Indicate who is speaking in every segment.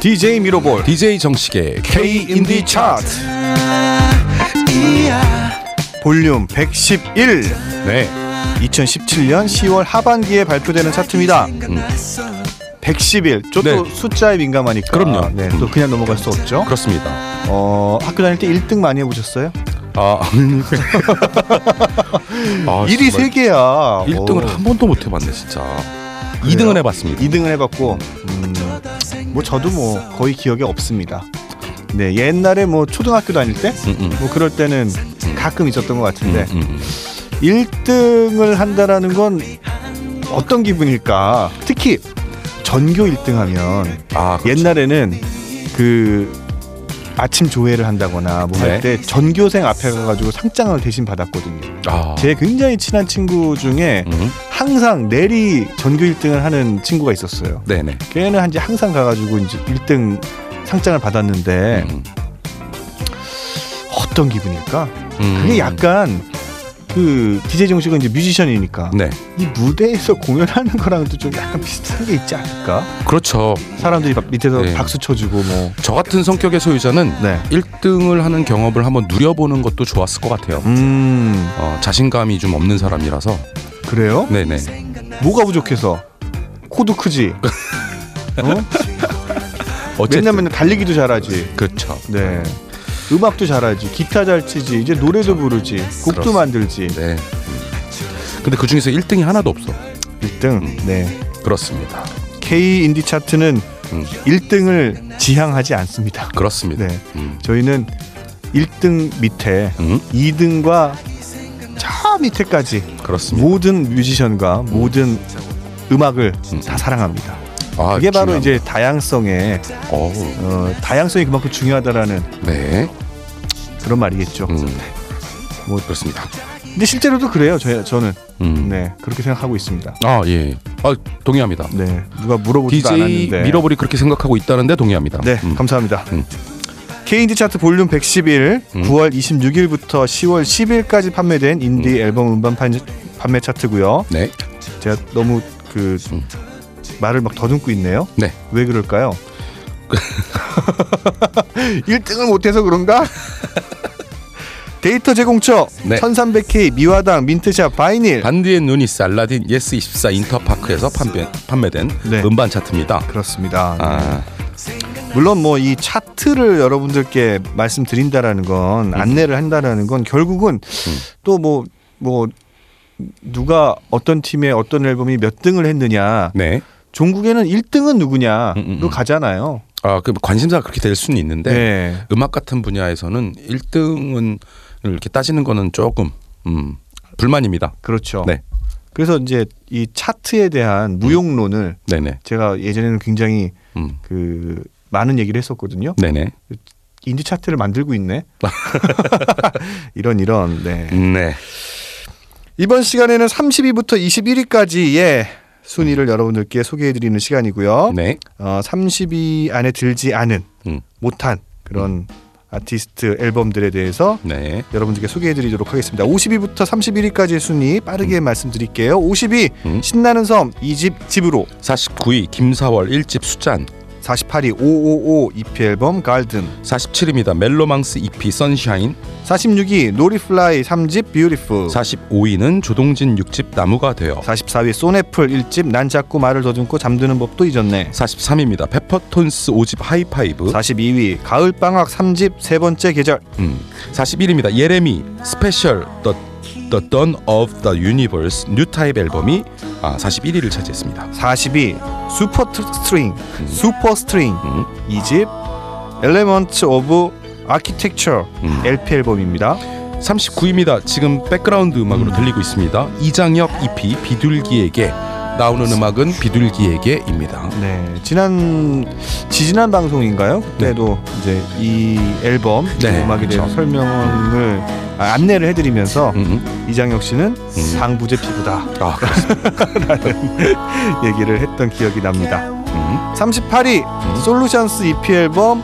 Speaker 1: DJ 미로볼, DJ 정식의 K 인디 차트.
Speaker 2: 볼륨 111
Speaker 1: 네.
Speaker 2: 2017년 10월 하반기에 발표되는 차트입니다. 111. 저도
Speaker 1: 네.
Speaker 2: 숫자에 민감하니까.
Speaker 1: 그럼요. 음.
Speaker 2: 네, 또 그냥 넘어갈 수 없죠.
Speaker 1: 그렇습니다.
Speaker 2: 어, 학교 다닐 때 1등 많이 해보셨어요?
Speaker 1: 아, 아
Speaker 2: 일이
Speaker 1: 정말
Speaker 2: 세개야 어,
Speaker 1: 1등을 한 번도 못 해봤네, 진짜. 2등은 해봤습니다.
Speaker 2: 2등을 해봤고 음, 뭐 저도 뭐 거의 기억이 없습니다. 네 옛날에 뭐 초등학교 다닐 때 뭐
Speaker 1: 음, 음.
Speaker 2: 그럴 때는 가끔 있었던 것 같은데
Speaker 1: 음, 음.
Speaker 2: 1등을 한다라는 건 어떤 기분일까? 특히 전교 1등하면
Speaker 1: 아, 그렇죠.
Speaker 2: 옛날에는 그 아침 조회를 한다거나 뭐
Speaker 1: 네.
Speaker 2: 할 때 전교생 앞에 가가지고 상장을 대신 받았거든요.
Speaker 1: 아,
Speaker 2: 제 굉장히 친한 친구 중에
Speaker 1: 음.
Speaker 2: 항상 내리 전교 1등을 하는 친구가 있었어요.
Speaker 1: 네네.
Speaker 2: 걔는 한지 항상 가가지고 이제 1등 상장을 받았는데
Speaker 1: 음.
Speaker 2: 어떤 기분일까?
Speaker 1: 음.
Speaker 2: 그게 약간 그 DJ 정식은 이제 뮤지션이니까
Speaker 1: 네.
Speaker 2: 이 무대에서 공연하는 거랑도 좀 약간 비슷한 게 있지 않을까?
Speaker 1: 그렇죠.
Speaker 2: 사람들이 막 밑에서
Speaker 1: 네.
Speaker 2: 박수 쳐주고 뭐.
Speaker 1: 저 같은 성격의 소유자는
Speaker 2: 네.
Speaker 1: 1등을 하는 경험을 한번 누려보는 것도 좋았을 것 같아요.
Speaker 2: 음
Speaker 1: 어, 자신감이 좀 없는 사람이라서.
Speaker 2: 그래요?
Speaker 1: 네네.
Speaker 2: 뭐가 부족해서? 코도 크지. 어?
Speaker 1: 어쨌든
Speaker 2: 맨날 맨날 달리기도 잘하지.
Speaker 1: 그렇죠.
Speaker 2: 네. 음악도 잘하지. 기타 잘 치지. 이제 노래도 부르지. 곡도
Speaker 1: 그렇죠. 그렇습니다.
Speaker 2: 만들지.
Speaker 1: 네. 근데 그 중에서 1등이 하나도 없어. 음.
Speaker 2: 1등. 네.
Speaker 1: 그렇습니다.
Speaker 2: K 인디 차트는
Speaker 1: 음.
Speaker 2: 1등을 지향하지 않습니다.
Speaker 1: 그렇습니다.
Speaker 2: 네.
Speaker 1: 음.
Speaker 2: 저희는 1등 밑에
Speaker 1: 음.
Speaker 2: 2등과 저 밑에까지
Speaker 1: 그렇습니다.
Speaker 2: 모든 뮤지션과 모든 음악을
Speaker 1: 음.
Speaker 2: 다 사랑합니다.
Speaker 1: 아,
Speaker 2: 뭐, 그게 바로
Speaker 1: 중요합니다.
Speaker 2: 이제 다양성의
Speaker 1: 어우,
Speaker 2: 어, 다양성이 그만큼 중요하다라는
Speaker 1: 네.
Speaker 2: 그런 말이겠죠.
Speaker 1: 음. 뭐 그렇습니다.
Speaker 2: 근데 실제로도 그래요. 저, 저는
Speaker 1: 음.
Speaker 2: 네 그렇게 생각하고 있습니다.
Speaker 1: 아, 예. 아, 동의합니다.
Speaker 2: 네 누가 물어보지도
Speaker 1: DJ
Speaker 2: 않았는데.
Speaker 1: 밀어버리 그렇게 생각하고 있다는데 동의합니다.
Speaker 2: 네,
Speaker 1: 음.
Speaker 2: 감사합니다.
Speaker 1: 음.
Speaker 2: K인디 차트 볼륨 111,
Speaker 1: 음.
Speaker 2: 9월 26일부터 10월 10일까지 판매된 인디 앨범 음반 판, 판매 차트고요.
Speaker 1: 네.
Speaker 2: 제가 너무 그
Speaker 1: 음.
Speaker 2: 말을 막 더듬고 있네요.
Speaker 1: 네.
Speaker 2: 왜 그럴까요? 1등을 못해서 그런가? 데이터 제공처
Speaker 1: 네.
Speaker 2: 1300K 미화당 민트샵 바이닐
Speaker 1: 반디의 눈이 살라딘 예스 24 인터파크에서 판매, 판매된
Speaker 2: 네.
Speaker 1: 음반 차트입니다.
Speaker 2: 그렇습니다.
Speaker 1: 아,
Speaker 2: 물론 뭐 이 차트를 여러분들께 말씀드린다라는
Speaker 1: 음.
Speaker 2: 건 안내를 한다라는 건 결국은 또 뭐 뭐 누가 어떤 팀의 어떤 앨범이 몇 등을 했느냐
Speaker 1: 네.
Speaker 2: 종국에는 1등은 누구냐로
Speaker 1: 음, 음, 음.
Speaker 2: 가잖아요.
Speaker 1: 아, 그 관심사가 그렇게 될 수는 있는데
Speaker 2: 네.
Speaker 1: 음악 같은 분야에서는 1등은 이렇게 따지는 거는 조금 음, 불만입니다.
Speaker 2: 그렇죠.
Speaker 1: 네.
Speaker 2: 그래서 이제 이 차트에 대한 무용론을
Speaker 1: 네네.
Speaker 2: 제가 예전에는 굉장히
Speaker 1: 음.
Speaker 2: 그 많은 얘기를 했었거든요.
Speaker 1: 네네.
Speaker 2: 인디 차트를 만들고 있네. 이런 이런. 네.
Speaker 1: 네.
Speaker 2: 이번 시간에는 30위부터 21위까지의 순위를 여러분들께 소개해드리는 시간이고요.
Speaker 1: 네.
Speaker 2: 어, 30위 안에 들지 않은
Speaker 1: 음.
Speaker 2: 못한 그런 아티스트 앨범들에 대해서
Speaker 1: 네.
Speaker 2: 여러분들께 소개해드리도록 하겠습니다. 50위부터 31위까지의 순위 빠르게 말씀드릴게요. 50위
Speaker 1: 음.
Speaker 2: 신나는 섬 2집 집으로
Speaker 1: 49위 김사월 1집 수잔
Speaker 2: 48위 555 EP 앨범 갈든
Speaker 1: 47위입니다. 멜로망스 EP 선샤인
Speaker 2: 46위 노리플라이 3집 뷰티풀
Speaker 1: 45위는 조동진 6집 나무가 되어
Speaker 2: 44위 소네플 1집 난 자꾸 말을 더듬고 잠드는 법도 잊었네
Speaker 1: 43위입니다. 페퍼톤스 5집 하이파이브
Speaker 2: 42위 가을방학 3집 세 번째 계절
Speaker 1: 음. 41위입니다. 예레미 스페셜 The, The Dawn of the Universe 뉴 타입 앨범이 아, 41위를 차지했습니다.
Speaker 2: 42 슈퍼 트- 스트링 슈퍼 스트링
Speaker 1: 음.
Speaker 2: 2집 엘레먼트 오브 아키텍처
Speaker 1: 음.
Speaker 2: LP 앨범입니다
Speaker 1: 39위입니다. 지금 백그라운드 음악으로 들리고 있습니다. 이장엽 EP 비둘기에게 나오는 음악은 비둘기에게입니다.
Speaker 2: 네 지난 지지난 방송인가요 그때도 이제 이 앨범 이
Speaker 1: 네,
Speaker 2: 음악에 대해서
Speaker 1: 그렇죠.
Speaker 2: 설명을 아, 안내를 해드리면서
Speaker 1: 음.
Speaker 2: 이장혁 씨는 상부제 피부다
Speaker 1: 아, 그렇습니다.
Speaker 2: 얘기를 했던 기억이 납니다
Speaker 1: 음.
Speaker 2: 38위 솔루션스 EP 앨범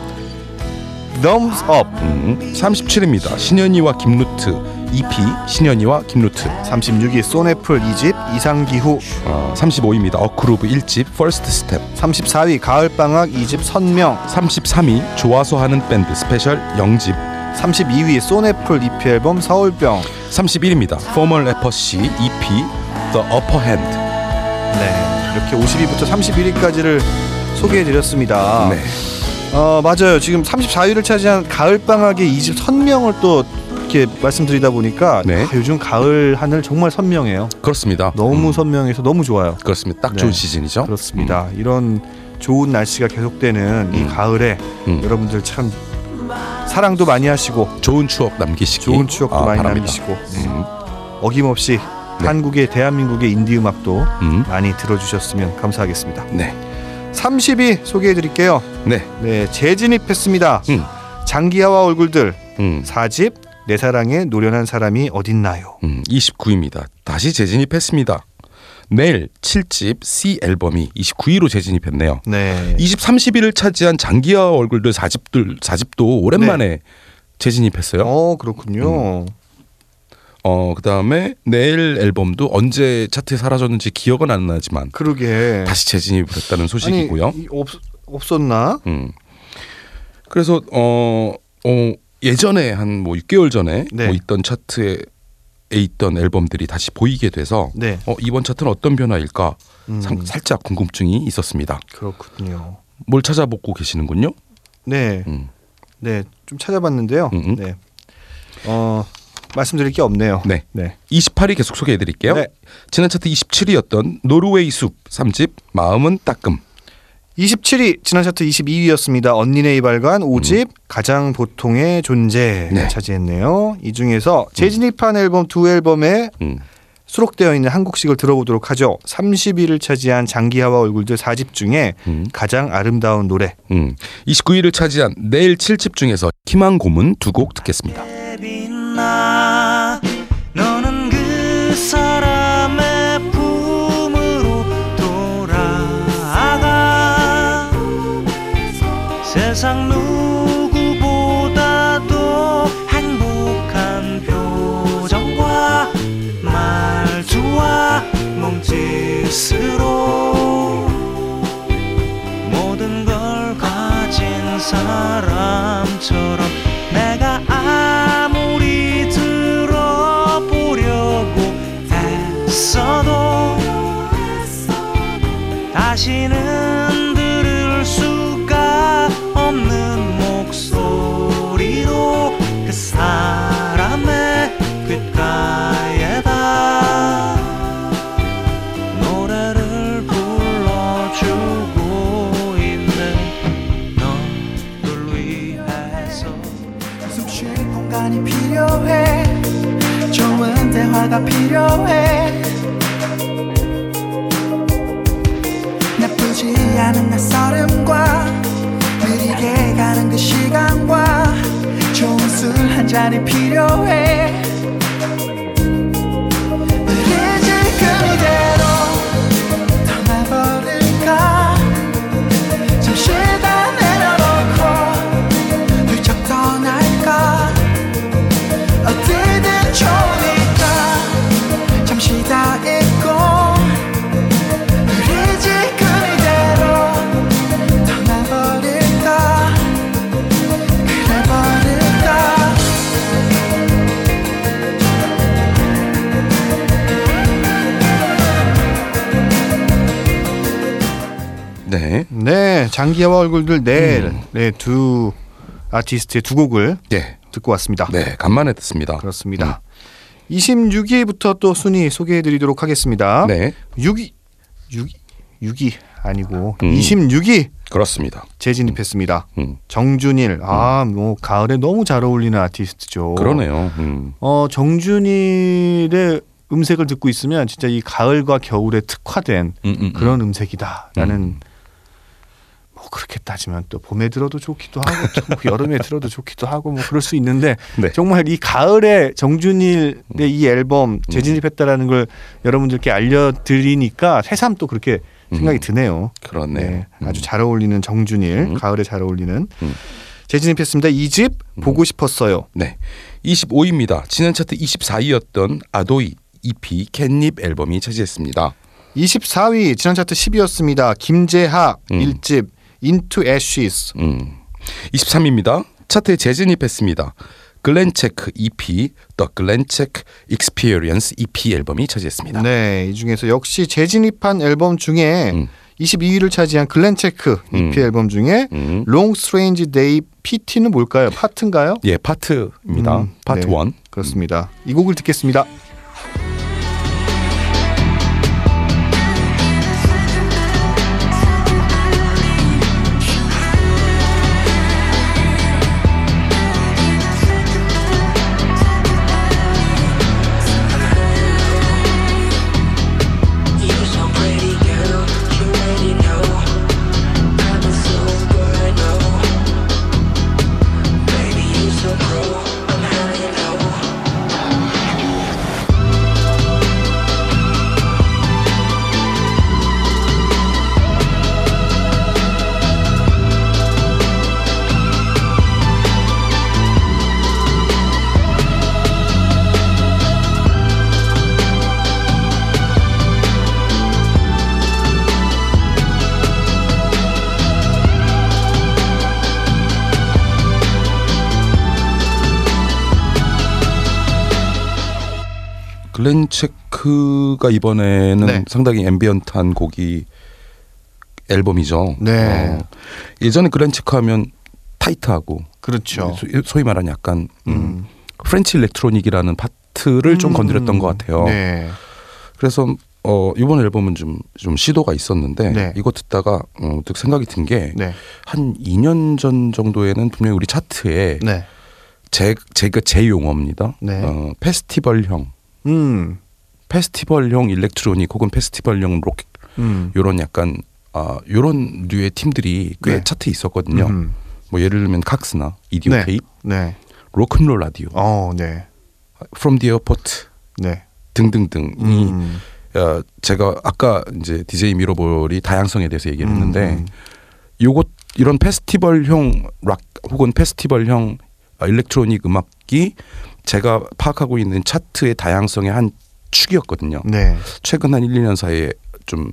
Speaker 2: Thumbs Up
Speaker 1: 음, 37입니다. 신현이와 음. 김루트 EP 신현이와 김루트
Speaker 2: 36위 쏜애플 2집 이상기후
Speaker 1: 어, 35위입니다. 어크루브 1집 퍼스트 스텝
Speaker 2: 34위 가을방학 2집 선명
Speaker 1: 33위 좋아서 하는 밴드 스페셜 영집
Speaker 2: 32위 쏜애플 EP 앨범 서울병
Speaker 1: 31위입니다. 포멀 래퍼 C EP The Upper Hand
Speaker 2: 네 이렇게 50위부터 31위까지를 소개해드렸습니다
Speaker 1: 네.
Speaker 2: 어 맞아요 지금 34위를 차지한 가을방학의 2집 선명을 또 이렇게 말씀드리다 보니까
Speaker 1: 네.
Speaker 2: 아, 요즘 가을 하늘 정말 선명해요
Speaker 1: 그렇습니다.
Speaker 2: 너무
Speaker 1: 음,
Speaker 2: 선명해서 너무 좋아요
Speaker 1: 그렇습니다. 딱 좋은
Speaker 2: 네.
Speaker 1: 시즌이죠.
Speaker 2: 그렇습니다. 이런 좋은 날씨가 계속되는 이
Speaker 1: 음.
Speaker 2: 가을에
Speaker 1: 음.
Speaker 2: 여러분들 참 사랑도 많이 하시고
Speaker 1: 음, 좋은 추억 남기시기
Speaker 2: 좋은 추억도
Speaker 1: 아,
Speaker 2: 많이
Speaker 1: 바랍니다.
Speaker 2: 남기시고
Speaker 1: 음, 네.
Speaker 2: 어김없이 한국의 대한민국의 인디 음악도
Speaker 1: 음,
Speaker 2: 많이 들어주셨으면 감사하겠습니다.
Speaker 1: 네,
Speaker 2: 30위 소개해드릴게요.
Speaker 1: 네,
Speaker 2: 네, 재진입했습니다.
Speaker 1: 음.
Speaker 2: 장기하와 얼굴들
Speaker 1: 음,
Speaker 2: 4집 내 사랑에 노련한 사람이 어딨나요?
Speaker 1: 음, 29위입니다. 다시 재진입했습니다. 내일 7집 C 앨범이 29위로 재진입했네요.
Speaker 2: 네,
Speaker 1: 20, 30위를 차지한 장기하 얼굴들 4집들 4집도 오랜만에
Speaker 2: 네.
Speaker 1: 재진입했어요. 음.
Speaker 2: 어 그렇군요.
Speaker 1: 어 그다음에 내일 앨범도 언제 차트에 사라졌는지 기억은 안 나지만
Speaker 2: 그러게
Speaker 1: 다시 재진입을 했다는 소식이고요.
Speaker 2: 아니, 이- 없, 없었나?
Speaker 1: 음. 그래서 어, 어 예전에 한 뭐 6개월 전에
Speaker 2: 네.
Speaker 1: 뭐 있던 차트에 있던 앨범들이 다시 보이게 돼서
Speaker 2: 네,
Speaker 1: 어, 이번 차트는 어떤 변화일까
Speaker 2: 음,
Speaker 1: 상- 살짝 궁금증이 있었습니다.
Speaker 2: 그렇군요.
Speaker 1: 뭘 찾아보고 계시는군요.
Speaker 2: 네,
Speaker 1: 음.
Speaker 2: 네, 좀 찾아봤는데요.
Speaker 1: 음, 음.
Speaker 2: 네, 어 말씀드릴 게 없네요.
Speaker 1: 네.
Speaker 2: 네,
Speaker 1: 28위 계속 소개해 드릴게요.
Speaker 2: 네.
Speaker 1: 지난 차트 27위였던 노르웨이 숲 3집 마음은 따끔.
Speaker 2: 27위 지난 차트 22위였습니다. 언니네 이발관 5집 가장 보통의 존재
Speaker 1: 음. 네.
Speaker 2: 차지했네요. 이 중에서 재진입한 앨범 두 앨범에
Speaker 1: 음.
Speaker 2: 수록되어 있는 한국식을 들어보도록 하죠. 30위를 차지한 장기하와 얼굴들 4집 중에
Speaker 1: 음.
Speaker 2: 가장 아름다운 노래.
Speaker 1: 음. 29위를 차지한 내일 7집 중에서 희망 고문 두 곡 듣겠습니다.
Speaker 3: 빛나 너는 그 사람의 품으로 돌아가 세상 누구보다도 행복한 표정과 말투와 몸짓으로 모든 걸 가진 사람처럼 내가 아무리 들어보려고 애써도 다시는 들을 수가 없는 목소리로 그 사람의 귓가에다 노래를 불러주고 있는 너를 위해서
Speaker 4: 숨 쉴 공간이 필요해 좋은 대화가 필요해 나쁘지 않은 낯설음과 느리게 가는 그 시간과 좋은 술 한 잔이 필요해 우리 지금 이대로 떠나버릴까 잠시 다 내려놓고 들쩍 떠날까 어디든 좋으니까 잠시 다 잊고 우리 지금 이대로 떠나버릴까 그래버릴까
Speaker 1: 네.
Speaker 2: 네, 장기하와 얼굴들 내일
Speaker 1: 음.
Speaker 2: 네, 두 아티스트의 두 곡을
Speaker 1: 네.
Speaker 2: 듣고 왔습니다.
Speaker 1: 네. 간만에 듣습니다.
Speaker 2: 그렇습니다. 26위부터 또 순위 소개해 드리도록 하겠습니다.
Speaker 1: 네.
Speaker 2: 6위 6위 6위 아니고
Speaker 1: 음.
Speaker 2: 26위
Speaker 1: 그렇습니다.
Speaker 2: 재진입했습니다.
Speaker 1: 음.
Speaker 2: 정준일 아 뭐 가을에 너무 잘 어울리는 아티스트죠.
Speaker 1: 그러네요. 음.
Speaker 2: 어 정준일의 음색을 듣고 있으면 진짜 이 가을과 겨울에 특화된
Speaker 1: 음, 음, 음.
Speaker 2: 그런 음색이다라는
Speaker 1: 음.
Speaker 2: 뭐 그렇게 따지면 또 봄에 들어도 좋기도 하고 또뭐 여름에 들어도 좋기도 하고 뭐 그럴 수 있는데
Speaker 1: 네. 음.
Speaker 2: 정말 이 가을에 정준일의 이 앨범 재진입했다라는 걸 여러분들께 알려드리니까 새삼 또 그렇게 생각이
Speaker 1: 음.
Speaker 2: 드네요.
Speaker 1: 그렇네요.
Speaker 2: 네, 아주 잘 어울리는 정준일, 가을에 잘 어울리는
Speaker 1: 음.
Speaker 2: 재진입했습니다. 이 집 보고 싶었어요.
Speaker 1: 네. 25위입니다. 지난 차트 24위였던 아도이 EP 캣닙 앨범이 차지했습니다.
Speaker 2: 24위 지난 차트 10위였습니다. 김재하
Speaker 1: 음.
Speaker 2: 일 1집 Into Ashes
Speaker 1: 음. 23위입니다. 차트에 재진입했습니다. 글렌체크 EP The Glencheck Experience EP 앨범이 차지했습니다.
Speaker 2: 네, 이 중에서 역시 재진입한 앨범 중에
Speaker 1: 음.
Speaker 2: 22위를 차지한 글렌체크 EP 앨범 중에
Speaker 1: 음.
Speaker 2: Long Strange Day PT는 뭘까요? 파트인가요?
Speaker 1: 예, 파트입니다.
Speaker 2: 음,
Speaker 1: 파트
Speaker 2: 네,
Speaker 1: 원.
Speaker 2: 그렇습니다. 이 곡을 듣겠습니다.
Speaker 5: You're so pretty, girl. You already know. I'm a super no. Baby, you're so pro. I'm high and low.
Speaker 1: 글렌체크가 이번에는
Speaker 2: 네.
Speaker 1: 상당히 앰비언트한 곡이 앨범이죠.
Speaker 2: 네.
Speaker 1: 어, 예전에 글렌체크 하면 타이트하고
Speaker 2: 그렇죠.
Speaker 1: 네, 소- 소위 말하는 약간 음,
Speaker 2: 음.
Speaker 1: 프렌치 일렉트로닉이라는 파트를 좀 건드렸던 것 같아요.
Speaker 2: 네.
Speaker 1: 그래서 어, 이번 앨범은 좀, 좀 시도가 있었는데
Speaker 2: 네.
Speaker 1: 이거 듣다가 어, 득 생각이 든 게 한
Speaker 2: 네.
Speaker 1: 2년 전 정도에는 분명히 우리 차트에
Speaker 2: 네.
Speaker 1: 제, 제가 제 용어입니다.
Speaker 2: 네.
Speaker 1: 어, 페스티벌형,
Speaker 2: 음.
Speaker 1: 페스티벌형 일렉트로닉 혹은 페스티벌형 록
Speaker 2: 음.
Speaker 1: 요런 약간 아 요런 류의 팀들이 꽤
Speaker 2: 네.
Speaker 1: 차트에 있었거든요.
Speaker 2: 음.
Speaker 1: 뭐 예를 들면 칵스나 이디오
Speaker 2: 네.
Speaker 1: 테이프,
Speaker 2: 네.
Speaker 1: 로큰롤 라디오,
Speaker 2: 어, 네.
Speaker 1: 프롬 디 에어포트
Speaker 2: 네.
Speaker 1: 등등등이
Speaker 2: 음.
Speaker 1: 어, 제가 아까 이제 DJ 미러볼이 다양성에 대해서 얘기를 했는데
Speaker 2: 음.
Speaker 1: 요것 이런 페스티벌형 락 혹은 페스티벌형 어, 일렉트로닉 음악이 제가 파악하고 있는 차트의 다양성의 한 축이었거든요.
Speaker 2: 네.
Speaker 1: 최근 한 1, 2년 사이에 좀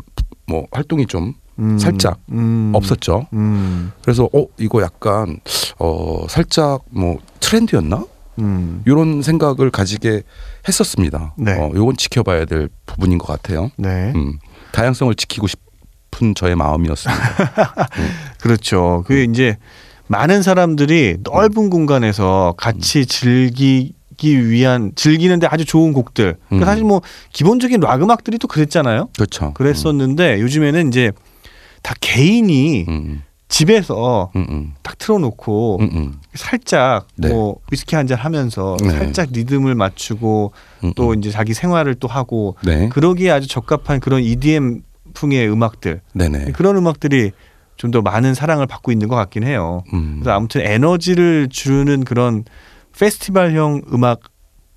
Speaker 1: 뭐 활동이 좀
Speaker 2: 음.
Speaker 1: 살짝
Speaker 2: 음.
Speaker 1: 없었죠.
Speaker 2: 음.
Speaker 1: 그래서 어 이거 약간 어 살짝 뭐 트렌드였나?
Speaker 2: 음.
Speaker 1: 이런 생각을 가지게 했었습니다.
Speaker 2: 네.
Speaker 1: 어 요건 지켜봐야 될 부분인 것 같아요.
Speaker 2: 네.
Speaker 1: 음. 다양성을 지키고 싶은 저의 마음이었습니다.
Speaker 2: 그렇죠. 그게
Speaker 1: 음.
Speaker 2: 이제 많은 사람들이 넓은 공간에서 같이
Speaker 1: 음.
Speaker 2: 즐기기 위한 즐기는데 아주 좋은 곡들. 그
Speaker 1: 음.
Speaker 2: 사실 뭐 기본적인 락 음악들이 또 그랬잖아요.
Speaker 1: 그렇죠.
Speaker 2: 그랬었는데 요즘에는 이제 다 개인이
Speaker 1: 음.
Speaker 2: 집에서
Speaker 1: 음. 음.
Speaker 2: 딱 틀어놓고
Speaker 1: 음. 음. 음.
Speaker 2: 살짝
Speaker 1: 네.
Speaker 2: 뭐 위스키 한 잔 하면서
Speaker 1: 네.
Speaker 2: 살짝 리듬을 맞추고
Speaker 1: 음.
Speaker 2: 또 이제 자기 생활을 또 하고
Speaker 1: 네.
Speaker 2: 그러기에 아주 적합한 그런 EDM 풍의 음악들
Speaker 1: 네네.
Speaker 2: 그런 음악들이 좀 더 많은 사랑을 받고 있는 것 같긴 해요.
Speaker 1: 음.
Speaker 2: 그래서 아무튼 에너지를 주는 그런 페스티벌형 음악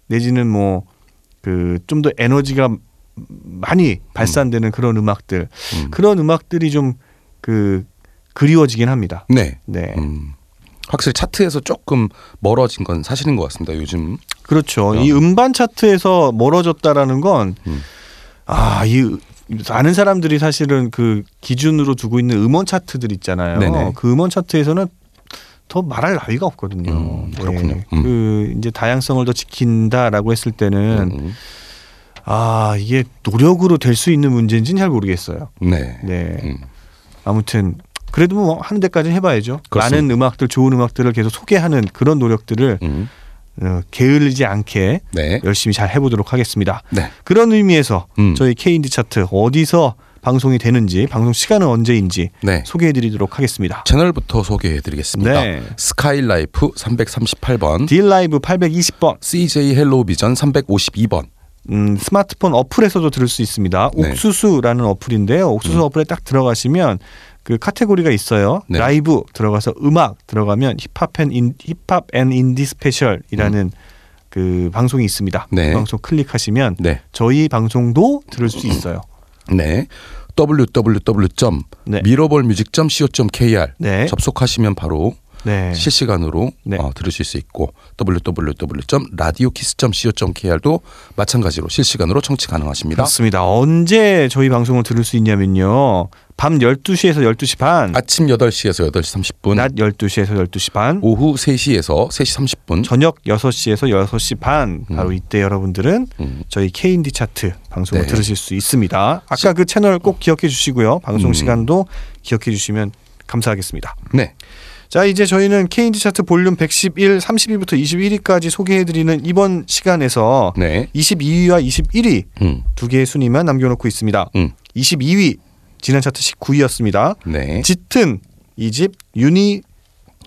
Speaker 2: 내지는 뭐 그 좀 더 에너지가 많이 발산되는 그런 음악들
Speaker 1: 음.
Speaker 2: 그런 음악들이 좀 그 그리워지긴 합니다.
Speaker 1: 네.
Speaker 2: 네,
Speaker 1: 음. 확실히 차트에서 조금 멀어진 건 사실인 것 같습니다. 요즘.
Speaker 2: 그렇죠. 이 음반 차트에서 멀어졌다라는 건
Speaker 1: 음.
Speaker 2: 아, 이 많은 사람들이 사실은 그 기준으로 두고 있는 음원 차트들 있잖아요.
Speaker 1: 네네.
Speaker 2: 그 음원 차트에서는 더 말할 나위가 없거든요. 예.
Speaker 1: 음, 그렇군요. 음.
Speaker 2: 그 이제 다양성을 더 지킨다라고 했을 때는
Speaker 1: 음.
Speaker 2: 아 이게 노력으로 될 수 있는 문제인지는 잘 모르겠어요.
Speaker 1: 네.
Speaker 2: 네.
Speaker 1: 음.
Speaker 2: 아무튼 그래도 뭐 하는 데까지 해봐야죠.
Speaker 1: 그렇습니다.
Speaker 2: 많은 음악들, 좋은 음악들을 계속 소개하는 그런 노력들을
Speaker 1: 음.
Speaker 2: 어, 게을리지 않게
Speaker 1: 네.
Speaker 2: 열심히 잘 해보도록 하겠습니다.
Speaker 1: 네.
Speaker 2: 그런 의미에서
Speaker 1: 음.
Speaker 2: 저희 K인디 차트 어디서 방송이 되는지 방송 시간은 언제인지
Speaker 1: 네.
Speaker 2: 소개해드리도록 하겠습니다.
Speaker 1: 채널부터 소개해드리겠습니다.
Speaker 2: 네.
Speaker 1: 스카이라이프 338번,
Speaker 2: 딜라이브 820번
Speaker 1: CJ 헬로비전 352번.
Speaker 2: 음, 스마트폰 어플에서도 들을 수 있습니다.
Speaker 1: 네. 음.
Speaker 2: 옥수수라는 어플인데요. 옥수수 어플에 딱 들어가시면 그 카테고리가 있어요.
Speaker 1: 네.
Speaker 2: 라이브 들어가서 음악 들어가면 힙합 앤 인, 힙합 앤 인디 스페셜이라는 그 방송이 있습니다.
Speaker 1: 음. 네.
Speaker 2: 그 방송 클릭하시면
Speaker 1: 네.
Speaker 2: 저희 방송도 들을 수 있어요.
Speaker 1: 네. www.
Speaker 2: 네.
Speaker 1: 미러볼뮤직.co.kr
Speaker 2: 네.
Speaker 1: 접속하시면 바로
Speaker 2: 네.
Speaker 1: 실시간으로
Speaker 2: 네.
Speaker 1: 어, 들으실 수 있고 www.radiokiss.co.kr도 마찬가지로 실시간으로 청취 가능하십니다.
Speaker 2: 그렇습니다. 언제 저희 방송을 들을 수 있냐면요. 밤 12시에서 12시 반,
Speaker 1: 아침 8시에서 8시 30분,
Speaker 2: 낮 12시에서 12시 반,
Speaker 1: 오후 3시에서 3시 30분.
Speaker 2: 저녁 6시에서 6시 반 바로 이때 여러분들은
Speaker 1: 음.
Speaker 2: 저희 K&D 차트 방송을
Speaker 1: 네.
Speaker 2: 들으실 수 있습니다. 아까 그 채널 꼭 기억해 주시고요.
Speaker 1: 음.
Speaker 2: 방송 시간도 기억해 주시면 감사하겠습니다.
Speaker 1: 네.
Speaker 2: 자, 이제 저희는 K&D 차트 볼륨 111, 30위부터 21위까지 소개해 드리는 이번 시간에서
Speaker 1: 네.
Speaker 2: 22위와 21위
Speaker 1: 음.
Speaker 2: 두 개의 순위만 남겨놓고 있습니다.
Speaker 1: 음.
Speaker 2: 22위 지난 차트 19위였습니다.
Speaker 1: 네.
Speaker 2: 짙은 이집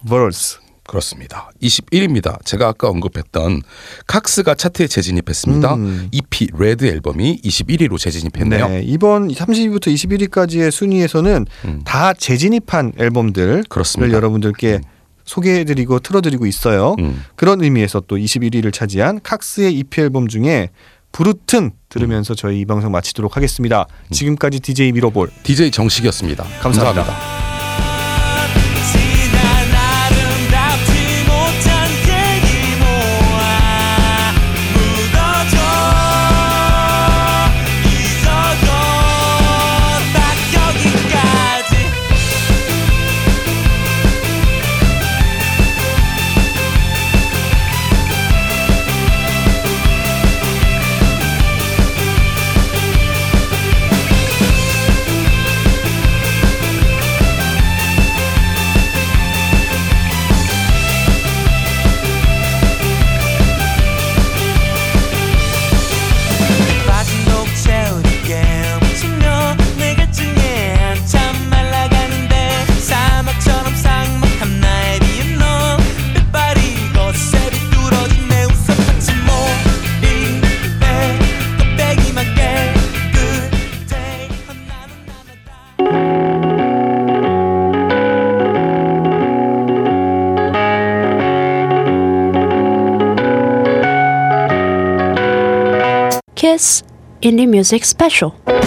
Speaker 2: 유니버스
Speaker 1: 그렇습니다. 21입니다. 제가 아까 언급했던 칵스가 차트에 재진입했습니다.
Speaker 2: 음.
Speaker 1: EP 레드 앨범이 21위로 재진입했네요.
Speaker 2: 네, 이번 30위부터 21위까지의 순위에서는 다 재진입한 앨범들을
Speaker 1: 음. 그렇습니다.
Speaker 2: 여러분들께 소개해드리고 틀어드리고 있어요.
Speaker 1: 음.
Speaker 2: 그런 의미에서 또 21위를 차지한 칵스의 EP 앨범 중에 브루튼
Speaker 1: 음.
Speaker 2: 들으면서 저희 이 방송 마치도록 하겠습니다. 지금까지 DJ 미러볼
Speaker 1: DJ 정식이었습니다.
Speaker 2: 감사합니다.
Speaker 1: 감사합니다.
Speaker 3: 지난 아름답지 못한 얘기 모아 묻어져 있어도 딱 여기까지 빠진 녹채우게 음식료 매개증에 한참 말라가는데 사막처럼 삭막한 나의 비엔 너 빗발이 거세 비뚤어진 내 웃어 받침 모인데 껍데기만 깨끗해 헛남은 남았다
Speaker 6: Kiss Indie Music Special.